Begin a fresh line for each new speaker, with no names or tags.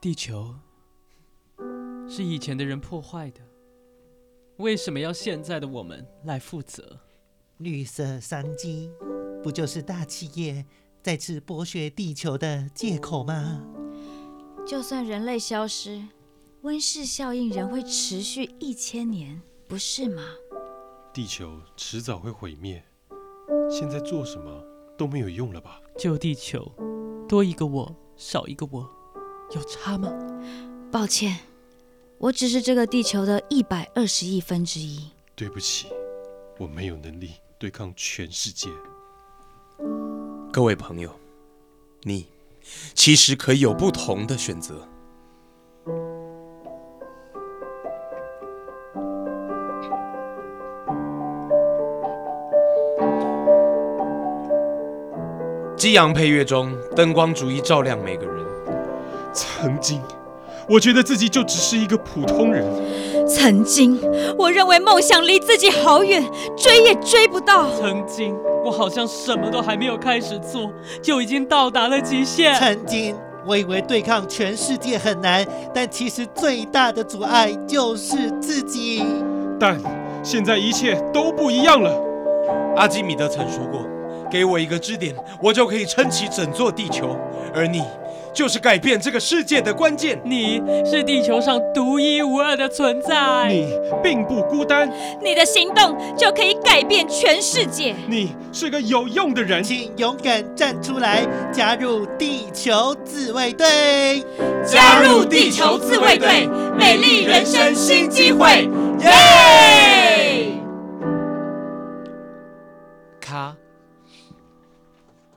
地球是以前的人破坏的，为什么要现在的我们来负责？
绿色商机不就是大企业再次剥削地球的借口吗？
就算人类消失，温室效应仍会持续一千年，不是吗？
地球迟早会毁灭，现在做什么都没有用了吧？
救地球，多一个我，少一个我，有差吗？
抱歉，我只是这个地球的一百二十亿分之一。
对不起，我没有能力对抗全世界。
各位朋友，你其实可以有不同的选择。激昂配乐中，灯光逐一照亮每个人。
曾经，我觉得自己就只是一个普通人，
曾经，我认为梦想离自己好远，追也追不到。
曾经我好像什么都还没有开始做，就已经到达了极限。
曾经我以为对抗全世界很难，但其实最大的阻碍就是自己。
但现在一切都不一样了。
阿基米德曾说过：“给我一个支点，我就可以撑起整座地球。”而你就是改变这个世界的关键。
你是地球上独一无二的存在。
你并不孤单，
你的行动就可以改变全世界。
你是个有用的人。
请勇敢站出来，加入地球自卫队！
加入地球自卫队，美丽人生新机会，耶！
咔，